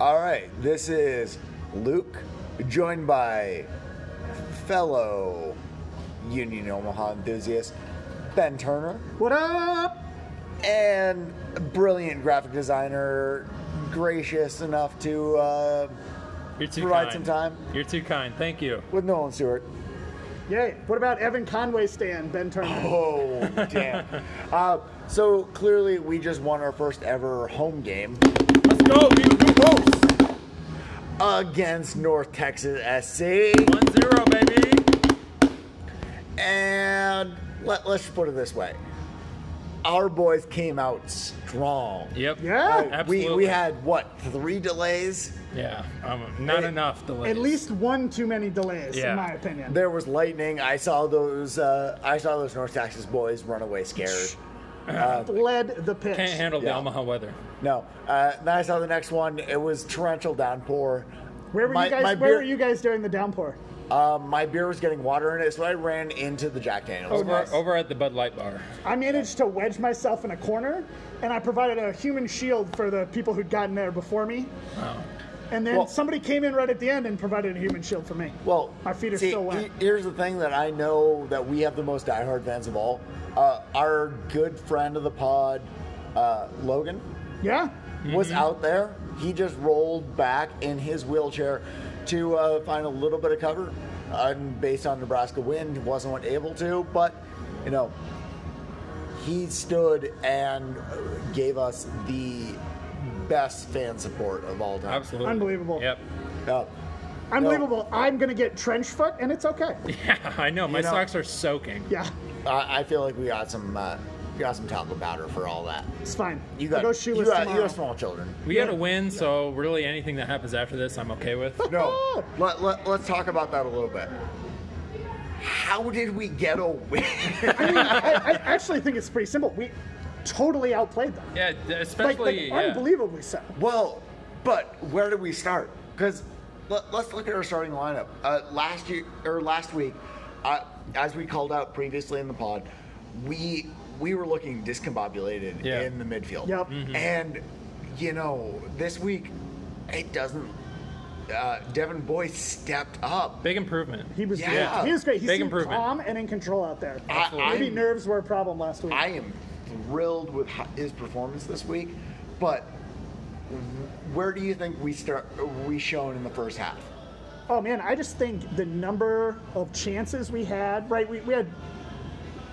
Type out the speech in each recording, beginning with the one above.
All right, this is Luke, joined by fellow Union Omaha enthusiast Ben Turner What up? and brilliant graphic designer, gracious enough to uh, You're too Provide kind. some time. You're too kind. Thank you. with Nolan Stewart. Yay. What about Evan Conway stand, Ben Turner? Oh damn! uh, so clearly, we just won our first ever home game Let's go. We were close. against North Texas SC. One zero, baby. And let, let's put it this way our boys came out strong. Yep. Yeah. We, Absolutely. we had, what, three delays? Yeah. Um, not It- enough delays. At least one too many delays, Yeah. in my opinion. There was lightning. I saw those. Uh, I saw those North Texas boys run away scared. Led the pitch. can't handle the Yeah. Omaha weather. No. Uh, then I saw the next one. It was torrential downpour. Where were My- you guys? my Where beer- were you guys during the downpour? Uh, my beer was getting water in it, so I ran into the Jack Oh, Daniels. Over, over at the Bud Light bar. I managed to wedge myself in a corner, and I provided a human shield for the people who'd gotten there before me. And then Oh. Well- somebody came in right at the end and provided a human shield for me. Well, my feet are see, still wet. he- Here's the thing that I know that we have the most diehard fans of all. Uh, our good friend of the pod, uh, Logan, yeah, was out there. He just rolled back in his wheelchair to uh, find a little bit of cover. And based on Nebraska wind, wasn't able to, but you know, he stood and gave us the best fan support of all time. Absolutely. Unbelievable. Yep. Uh, unbelievable. I'm gonna get trench foot, and it's okay. Yeah, I know. My know- socks are soaking. Yeah, I, I feel like we got some uh, we got some talk powder for all that. it's fine. You got I'll go you shoeless got, you tomorrow. got small children. We got to win, so really anything that happens after this, I'm okay with. No, let, let, let's talk about that a little bit. How did we get a win? I, mean, I, I actually think it's pretty simple. We totally outplayed them. Yeah, d- Like, like especially. yeah. unbelievably so. well, but where did we start? Because let, let's look at our starting lineup. Uh, last year or last week, uh, as we called out previously in the pod, we we were looking discombobulated Yeah. in the midfield. Yep. Mhm. And you know, this week it doesn't. Uh, Devin Boyce stepped up. Big improvement. He was Yeah. great. He was great. He Big seemed improvement. calm and in control out there. I- Absolutely. Maybe I'm- nerves were a problem last week. I am thrilled with ho- his performance this week, but where do you think we start? We shone in the first half. Oh man, I just think the number of chances we had, right? We, we had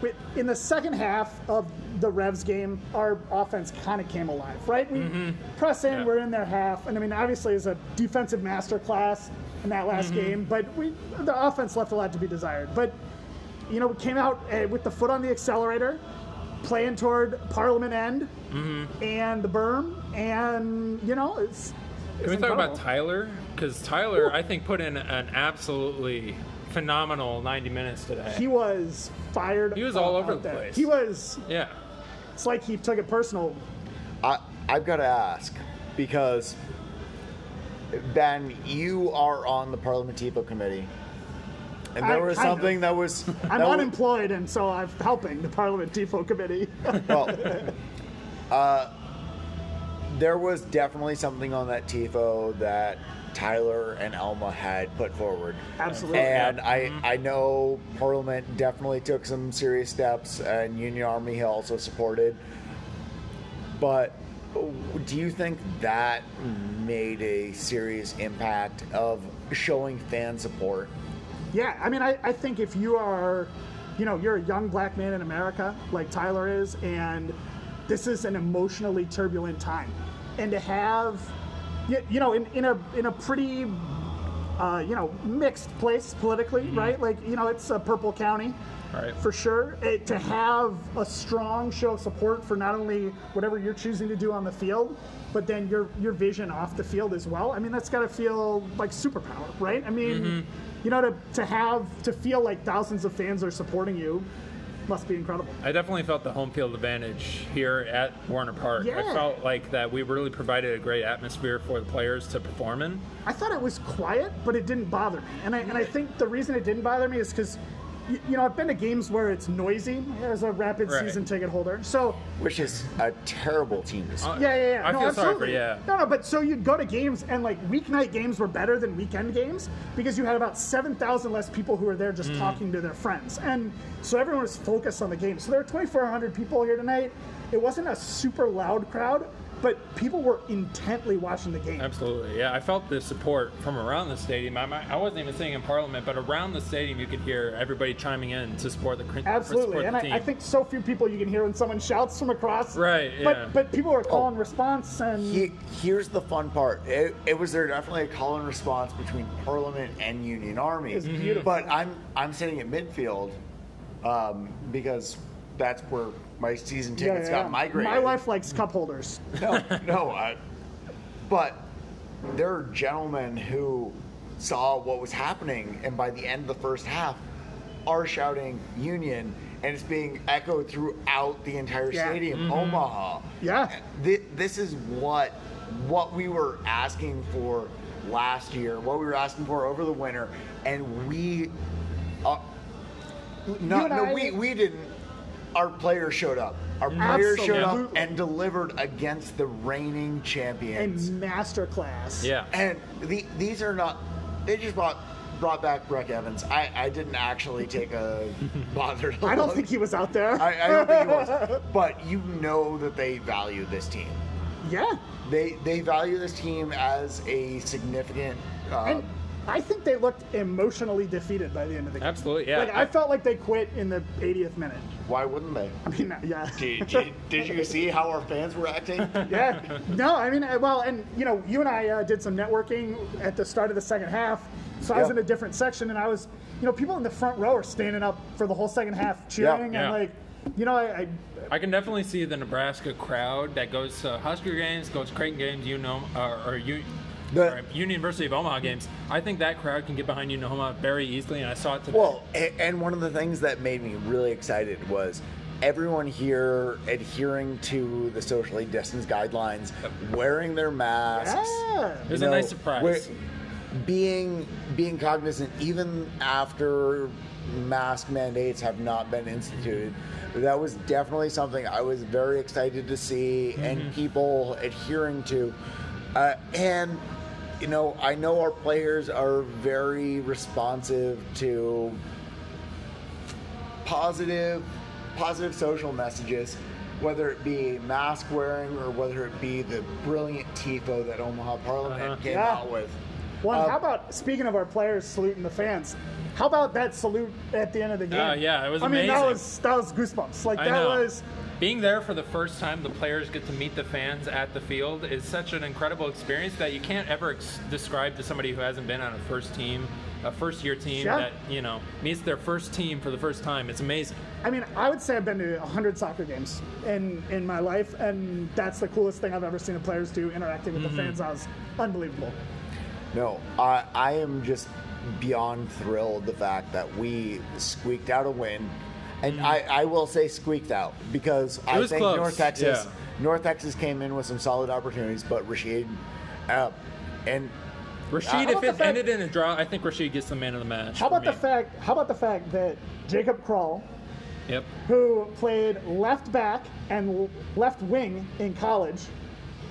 we, in the second half of the Revs game, our offense kind of came alive, right? We press in, Mm-hmm. Yeah. we're in their half, and I mean, obviously, it's a defensive masterclass in that last Mm-hmm. game, but we the offense left a lot to be desired. But you know, we came out uh, with the foot on the accelerator, playing toward Parliament End Mm-hmm. and the berm, and you know, it's. Can it's we talk about incredible. Tyler? Because Tyler, I think, put in an absolutely phenomenal 90 minutes today. He was fired. He was all up over out the there. place. He was. yeah. It's like he took it personal. I I've got to ask because Ben, you are on the Parliamentivo committee, and I- there was kind of. something that was. I'm that wa- unemployed, and so I'm helping the Parliament Depot Committee. well, uh, there was definitely something on that TIFO that Tyler and Elma had put forward. Absolutely. And I, I know Parliament definitely took some serious steps, and Union Army also supported. But do you think that made a serious impact of showing fan support? yeah, I mean, I, I think if you are, you know, you're a young black man in America, like Tyler is, and this is an emotionally turbulent time, and to have, you, you know, in, in a in a pretty uh, you know, mixed place politically, right? Like, you know, it's a purple county Right. for sure. It, to have a strong show of support for not only whatever you're choosing to do on the field, but then your your vision off the field as well. I mean, that's got to feel like superpower, right? I mean, you know, to, to have to feel like thousands of fans are supporting you must be incredible. I definitely felt the home field advantage here at Warner Park. Yeah. I felt like that we really provided a great atmosphere for the players to perform in. I thought it was quiet, but it didn't bother me. And I, and I think the reason it didn't bother me is because you, you know, I've been to games where it's noisy as a rapid Right. season ticket holder. So which is a terrible team to see. Uh, yeah, yeah, yeah. I no, feel sorry for- absolutely. yeah. No, no, but so you'd go to games and like weeknight games were better than weekend games because you had about seven thousand less people who were there Mm. just talking to their friends, and so everyone was focused on the game. So there were twenty four hundred people here tonight. It wasn't a super loud crowd, but people were intently watching the game. Absolutely, yeah. I felt the support from around the stadium. I, might- I wasn't even sitting in Parliament, but around the stadium, you could hear everybody chiming in to support the cr- Absolutely, support and the team. I, I think so few people you can hear when someone shouts from across. Right, yeah. But but people are calling response and Oh. He, here's the fun part. It, it was there definitely a call and response between Parliament and Union Army. Mm-hmm. It's beautiful. But I'm I'm sitting at midfield um, because that's where my season Yeah, tickets yeah, yeah. got migrated. My wife likes cup holders. No, no. I, but there are gentlemen who saw what was happening, and by the end of the first half, are shouting Union, and it's being echoed throughout the entire Yeah. Mm-hmm. stadium, Omaha. Yeah. Thi- this is what what we were asking for last year, what we were asking for over the winter, and we. Uh, You no, and no, I- we, we didn't. Our players showed up. Our players showed up Absolutely. and delivered against the reigning A champions. masterclass. yeah. And the, these are not. They just brought brought back Breck Evans. I, I didn't actually take a bother. to I don't look. think he was out there. I, I don't think it was. But you know that they value this team. yeah. They they value this team as a significant. Uh, And I think they looked emotionally defeated by the end of the game. Absolutely, yeah. Like I felt like they quit in the 80th minute. why wouldn't they? I mean, yeah. Did, did, did you see how our fans were acting? yeah. No, I mean, uh, well, and you know, you and I uh, did some networking at the start of the second half. So I was Yeah. in a different section, and I was, you know, people in the front row are standing up for the whole second half, cheering, Yeah. and like, you know, I, I I can definitely see the Nebraska crowd that goes to Husker games, goes to Creighton games, you know, uh, or, or U, The- or University of Omaha games. I think that crowd can get behind Unihoma very easily, and I saw it today. Well, a- and one of the things that made me really excited was everyone here adhering to the socially distanced guidelines, wearing their masks. yeah. It was you a know, nice surprise. we're- Being being cognizant, even after mask mandates have not been instituted, that was definitely something I was very excited to see Mm-hmm. and people adhering to. Uh, and you know, I know our players are very responsive to positive positive social messages, whether it be mask wearing or whether it be the brilliant tifo that Omaha Parliament Uh-huh. came Yeah. out with. Well, Uh, how about speaking of our players saluting the fans? How about that salute at the end of the game? Oh, yeah, it was I mean, that amazing. was that was goosebumps. Like I that know. was Being there for the first time, the players get to meet the fans at the field is such an incredible experience that you can't ever ex- describe to somebody who hasn't been on a first team, a first year team Yeah. that you know meets their first team for the first time. It's amazing. I mean, I would say I've been to 100 soccer games in, in my life, and that's the coolest thing I've ever seen the players do interacting with Mm-hmm. the fans. That was unbelievable. No, I, I am just beyond thrilled the fact that we squeaked out a win. And I, I will say squeaked out because I was think close, North Texas yeah. North Texas came in with some solid opportunities, but Rashid uh, and How Rashid, about if the it fact- ended in a draw, I think Rashid gets the man of the match. How for about the me. fact? How about the fact that Jacob Kroll, Yep. who played left back and l- left wing in college,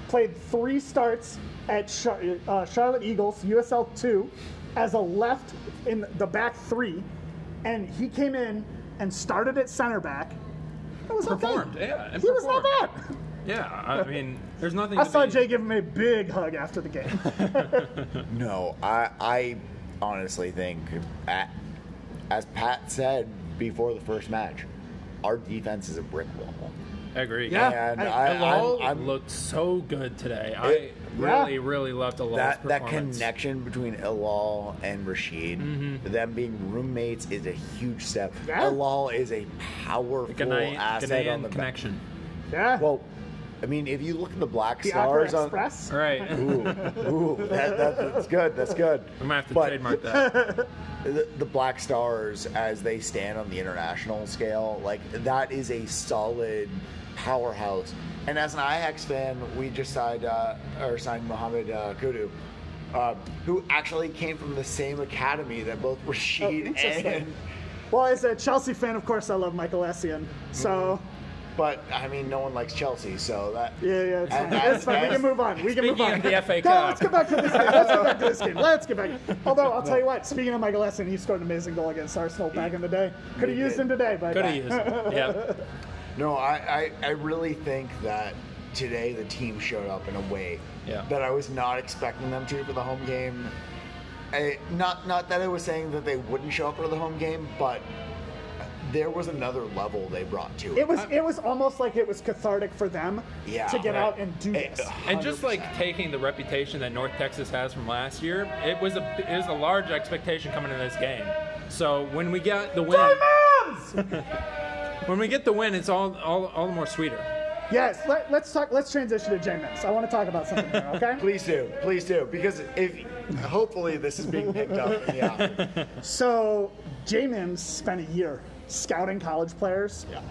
played three starts at Char- uh, Charlotte Eagles USL two as a left in the back three, and he came in and started at center back. It was not bad. Performed, yeah, and he was not performed. bad. Yeah, I mean, there's nothing. I to saw be- Jay give him a big hug after the game. No, I I honestly think, a- as Pat said before the first match, our defense is a brick wall. I agree. Yeah. And I- I, Alol I'm, I'm- looked so good today. It- I really, really loved Alol's that that performance. Mm-hmm. connection between Alal and Rashid, them being roommates, is a huge step. Yeah. Alal is a powerful Ghanaian, asset on Ghanaian the back. connection. yeah. Well, I mean, if you look at the black the Opera stars on. Express. All right, I'm Ooh, ooh, that, that, that's good. That's good. gonna have to But- trademark that. the, the black stars as they stand on the international scale like that is a solid powerhouse and as an ix fan we just signed uh, or signed mohammed uh, kudu uh, who actually came from the same academy that both Rashid Oh, interesting. and Well, as a Chelsea fan, of course, I love Michael Essien. So, But I mean, no one likes Chelsea, so Mm-hmm. that yeah, yeah, it's fine. And that's- It's fine. We can that's- move on. We can move Speaking on. of the FA No, Cup. let's get back to this game. Let's get back to this game. Let's get back. Although, I'll tell you what, speaking of Michael Essien, he scored an amazing goal against Arsenal back in the day. Could have He used did. him today, but. Could have used it. Yeah. No, I, I, I really think that today the team showed up in a way Yeah. that I was not expecting them to for the home game. I, not not that I was saying that they wouldn't show up for the home game, but there was another level they brought to it. It was it was almost like it was cathartic for them Yeah. to get Right. out and do Eh, this. And just like 100%. taking the reputation that North Texas has from last year, it was a it was a large expectation coming into this game. So when we get the win, when we get the win, it's all all, all the more sweeter. Yes, let, let's talk. Let's transition to Jameis. I want to talk about something here. Okay. Please do, please do, because if hopefully this is being picked up. Yeah, So J Mims spent a year scouting college players yeah.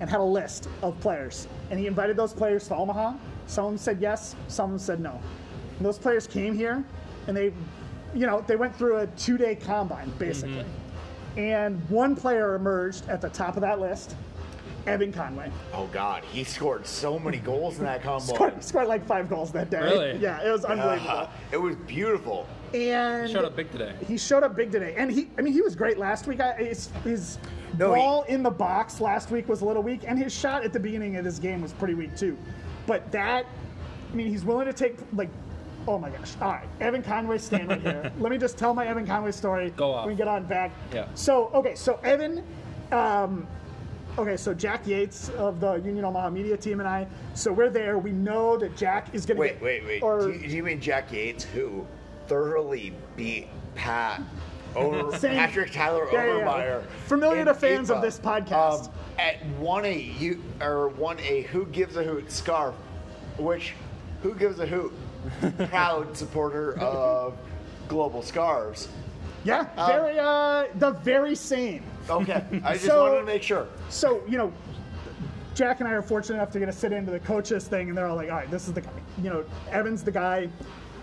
and had a list of players. And he invited those players to Omaha. Some of them said yes, some of them said no. And those players came here and they you know, they went through a two-day combine, basically. Mm-hmm. And one player emerged at the top of that list, Evan Conway. Oh God, he scored so many goals in that combo. Scored, scored like five goals that day. Really? Yeah, it was unbelievable. Uh, it was beautiful. And Showed up big today. he showed up big today, and he—I mean, he was great last week. I, his his No, he- ball in the box last week was a little weak, and his shot at the beginning of this game was pretty weak too. But that—I mean, he's willing to take like, oh my gosh! All right, Evan Conway, stand right here. Let me just tell my Evan Conway story. Go off. We get on back. Yeah. So okay, so Evan, um, okay, so Jack Yates of the Union Omaha media team and I. So we're there. We know that Jack is going to Wait, wait, wait. Or, do, you, do you mean Jack Yates, who thoroughly beat Pat over Same. Patrick Tyler Yeah, yeah, yeah. Obermeyer? Familiar in to fans of this podcast. Um, at one a you or one a who gives a hoot scarf, which who gives a hoot? Proud supporter of global scarves. Yeah, very uh, the very same. Okay, I just So- wanted to make sure. So you know, Jack and I are fortunate enough to get to sit into the coaches thing, and they're all like, "All right, this is the guy." You know, Evans the guy.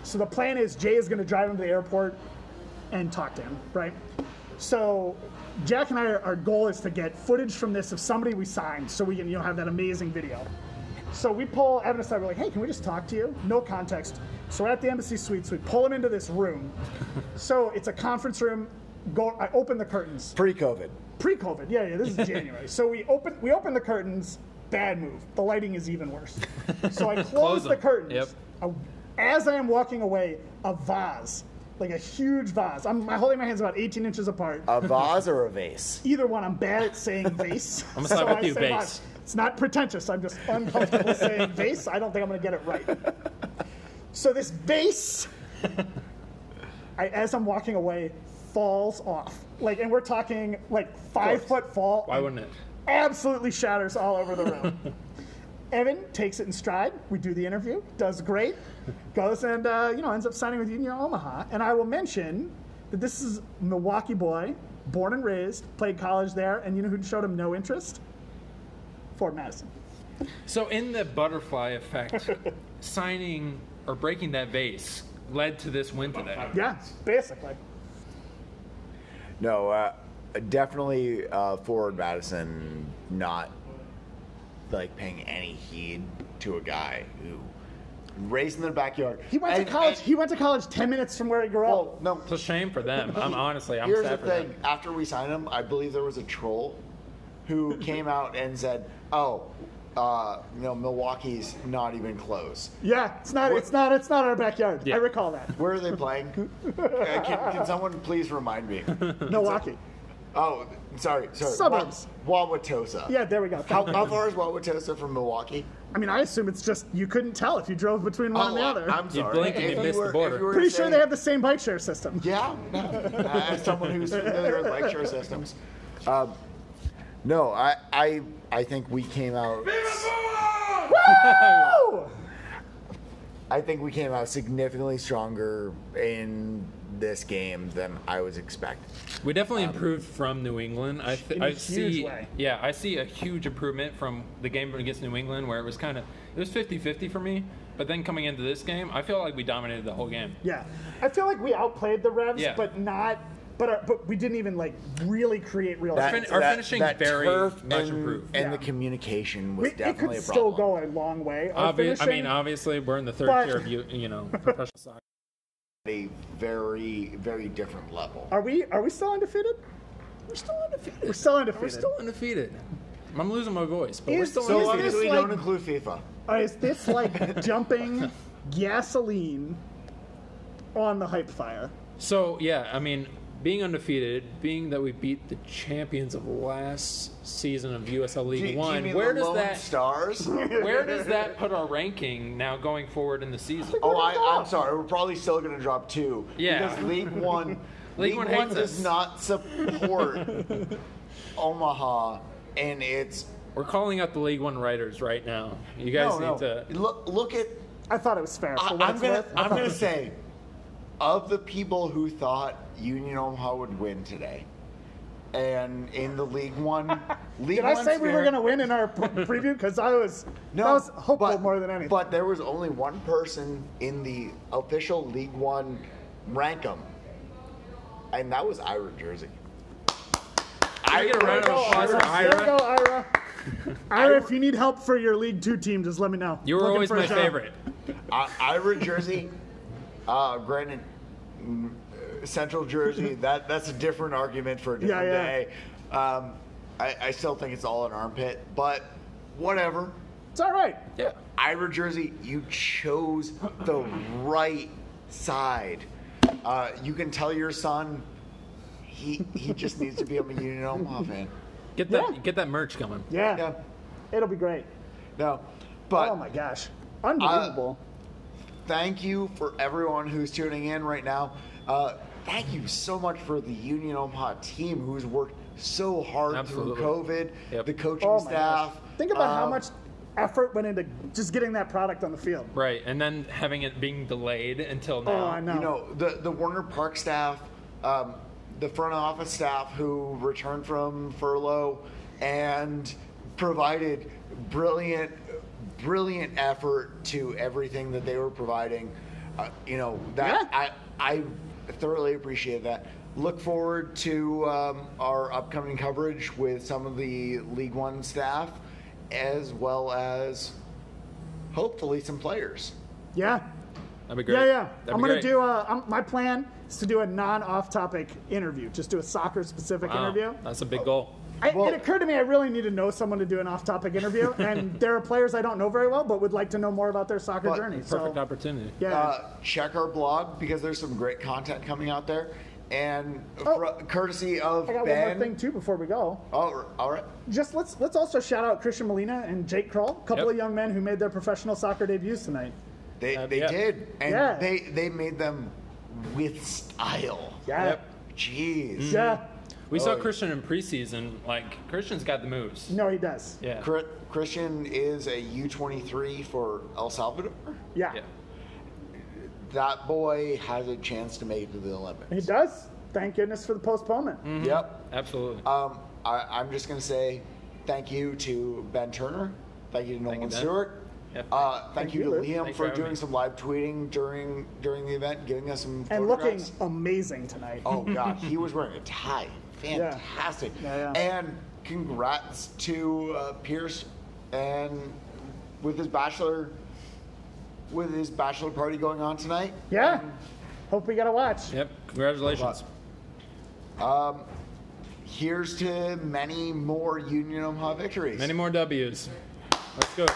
So the plan is Jay is going to drive him to the airport and talk to him, right? So Jack and I, our goal is to get footage from this of somebody we signed, so we can you know have that amazing video. So we pull Evan aside. We're like, "Hey, can we just talk to you?" No context. So we're at the embassy suites. We pull him into this room. so it's a conference room. Go. I open the curtains Pre-COVID. pre-COVID. Yeah, yeah. This is January. so we open we open the curtains. Bad move. The lighting is even worse. So I close, Close the them. curtains. Yep. I- as I am walking away, a vase, like a huge vase. I'm holding my hands about 18 inches apart. A vase or a vase? Either one. I'm bad at saying vase. I'm gonna side with you, vase. It's not pretentious. I'm just uncomfortable saying vase. I don't think I'm going to get it right. So this vase, I, as I'm walking away, falls off. Like, and we're talking like five foot fall. Why wouldn't it? Absolutely shatters all over the room. Evan takes it in stride. We do the interview. Does great. Goes and uh, you know ends up signing with Union Omaha. And I will mention that this is Milwaukee boy, born and raised, played college there, and you know who showed him no interest? Fort Madison. So in the butterfly effect, signing or breaking that vase led to this win today. Yeah, basically. No, uh, definitely uh, forward Madison not like paying any heed to a guy who raised in their backyard. He went And- to college. and- he went to college ten minutes from where he grew well, up. no. It's a shame for them. I'm honestly, I'm Here's the sad for thing. them. After we signed him, I believe there was a troll who came out and said, "Oh, uh, you know, Milwaukee's not even close. Yeah, it's not. It's not. It's not our backyard. Yeah. I recall that. Where are they playing? Uh, can, can someone please remind me? Milwaukee. Oh, sorry, sorry. Suburbs. Wa- Wauwatosa. Yeah, there we go. How, how far is Wauwatosa from Milwaukee? I mean, I assume it's just you couldn't tell if you drove between one and the I- other. I'm sorry. blinked and you missed the border. were to Pretty sure say- they have the same bike share system. Yeah, no. Uh, as someone who's familiar with lecture systems, um, no, I, I, I think we came out. Woo! I think we came out significantly stronger in this game than I was expecting. We definitely improved from New England. I, th- In a I huge see, way. yeah, I see a huge improvement from the game against New England, where it was kind of it was 50-50 for me. But then coming into this game, I feel like we dominated the whole game. Yeah. I feel like we outplayed the Revs, Yeah. but not But, our, but we didn't even like really create real. That, fin- chances. our that- finishing that very turf much and, improved. and the Yeah. communication was We- it definitely could a still problem. go a long way. Obvi- Our I finishing- mean, obviously, we're in the third But- tier of you, you know, professional soccer. At a very very different level. are we are we still undefeated? We're still undefeated. We're still We're undefeated. still undefeated. I'm losing my voice, but we're Is- still so So is long undefeated. as this we like- don't include FIFA. Uh, is this like dumping gasoline on the hype fire? So yeah, I mean, being undefeated, being that we beat the champions of last season of USL Do, League do you One, mean where the does Lone that stars? where does that put our ranking now going forward in the season? Oh, gonna I, I'm drop. sorry. We're probably still going to drop two. Yeah. Because League One, League League, One One, hates does us. not support Omaha, and it's We're calling out the League One writers right now. You no, guys need no. to. Look, look at. I thought it was fair. I, For I'm what it's gonna. worth. I I'm thought it gonna was- say, of the people who thought Union Omaha would win today, and in the League One, League Did One I say we were spirit- going to win in our pre- preview? Because I was, I was hopeful but- more than anything. But there was only one person in the official League One rank 'em, and that was Ira Jersey. Can we get a round of applause for There you go, Ira? Ira. Ira, if you need help for your League Two team, just let me know. You were Looking always for a my job. favorite. I, Ira Jersey, uh, granted, mm, uh, Central Jersey. That that's a different argument for a different yeah. day. Um, I, I still think it's all an armpit, but whatever. It's all right. Yeah. Ira jersey, you chose the right side. Uh, you can tell your son he he just needs to be a Union Omaha fan. Get that Yeah. get that merch coming. Yeah, Yeah, it'll be great. no, but oh my gosh, unbelievable! thank you for everyone who's tuning in right now. Uh, thank you so much for the Union Omaha team who's worked so hard Absolutely. through COVID, Yep. the coaching oh my staff. gosh, think about how Um, much effort went into just getting that product on the field. Right, and then having it being delayed until now. Oh, I know. you know the the Warner Park staff, um, the front office staff who returned from furlough and provided brilliant, brilliant effort to everything that they were providing. Uh, you know that I I thoroughly appreciate that. Look forward to um, our upcoming coverage with some of the League One staff, as well as hopefully some players. Yeah, That'd be great. Yeah, yeah. That'd I'm be gonna great. do a. I'm, my plan is to do a non-off-topic interview. Just do a soccer-specific Wow, interview. That's a big goal. I, well- it occurred to me I really need to know someone to do an off-topic interview, and there are players I don't know very well, but would like to know more about their soccer But- journey. Perfect so, opportunity. yeah. uh, check our blog because there's some great content coming out there. And fr- courtesy of Oh. I got Ben. one more thing too before we go. Oh, all right. Just let's let's also shout out Christian Molina and Jake Kroll, a couple Yep. of young men who made their professional soccer debuts tonight. They, Uh, they yeah. did, and Yeah. they they made them with style. Yeah, Mm. Yep. Jeez. yeah. We saw Oh, yeah. Christian in preseason. Like Christian's got the moves. No, he does. Yeah. Cri- Christian is a U23 for El Salvador. Yeah, Yeah. That boy has a chance to make it to the Olympics. he does. Thank goodness for the postponement. Yep. Absolutely. Um, I, I'm just going to say thank you to Ben Turner. Thank you to Nolan you, Ben. Stewart. Yeah. Uh, thank, you, you, to Luke. Liam Thanks for for having doing me. some live tweeting during during the event, giving us some And looking photographs. amazing tonight. Oh God, he was wearing a tie. Fantastic. Yeah, yeah. And congrats to uh, Pierce and with his bachelor with his bachelor party going on tonight. Yeah. Hope we got to watch. Yep. Congratulations. Um, here's to many more Union Omaha victories. Many more W's. Let's go.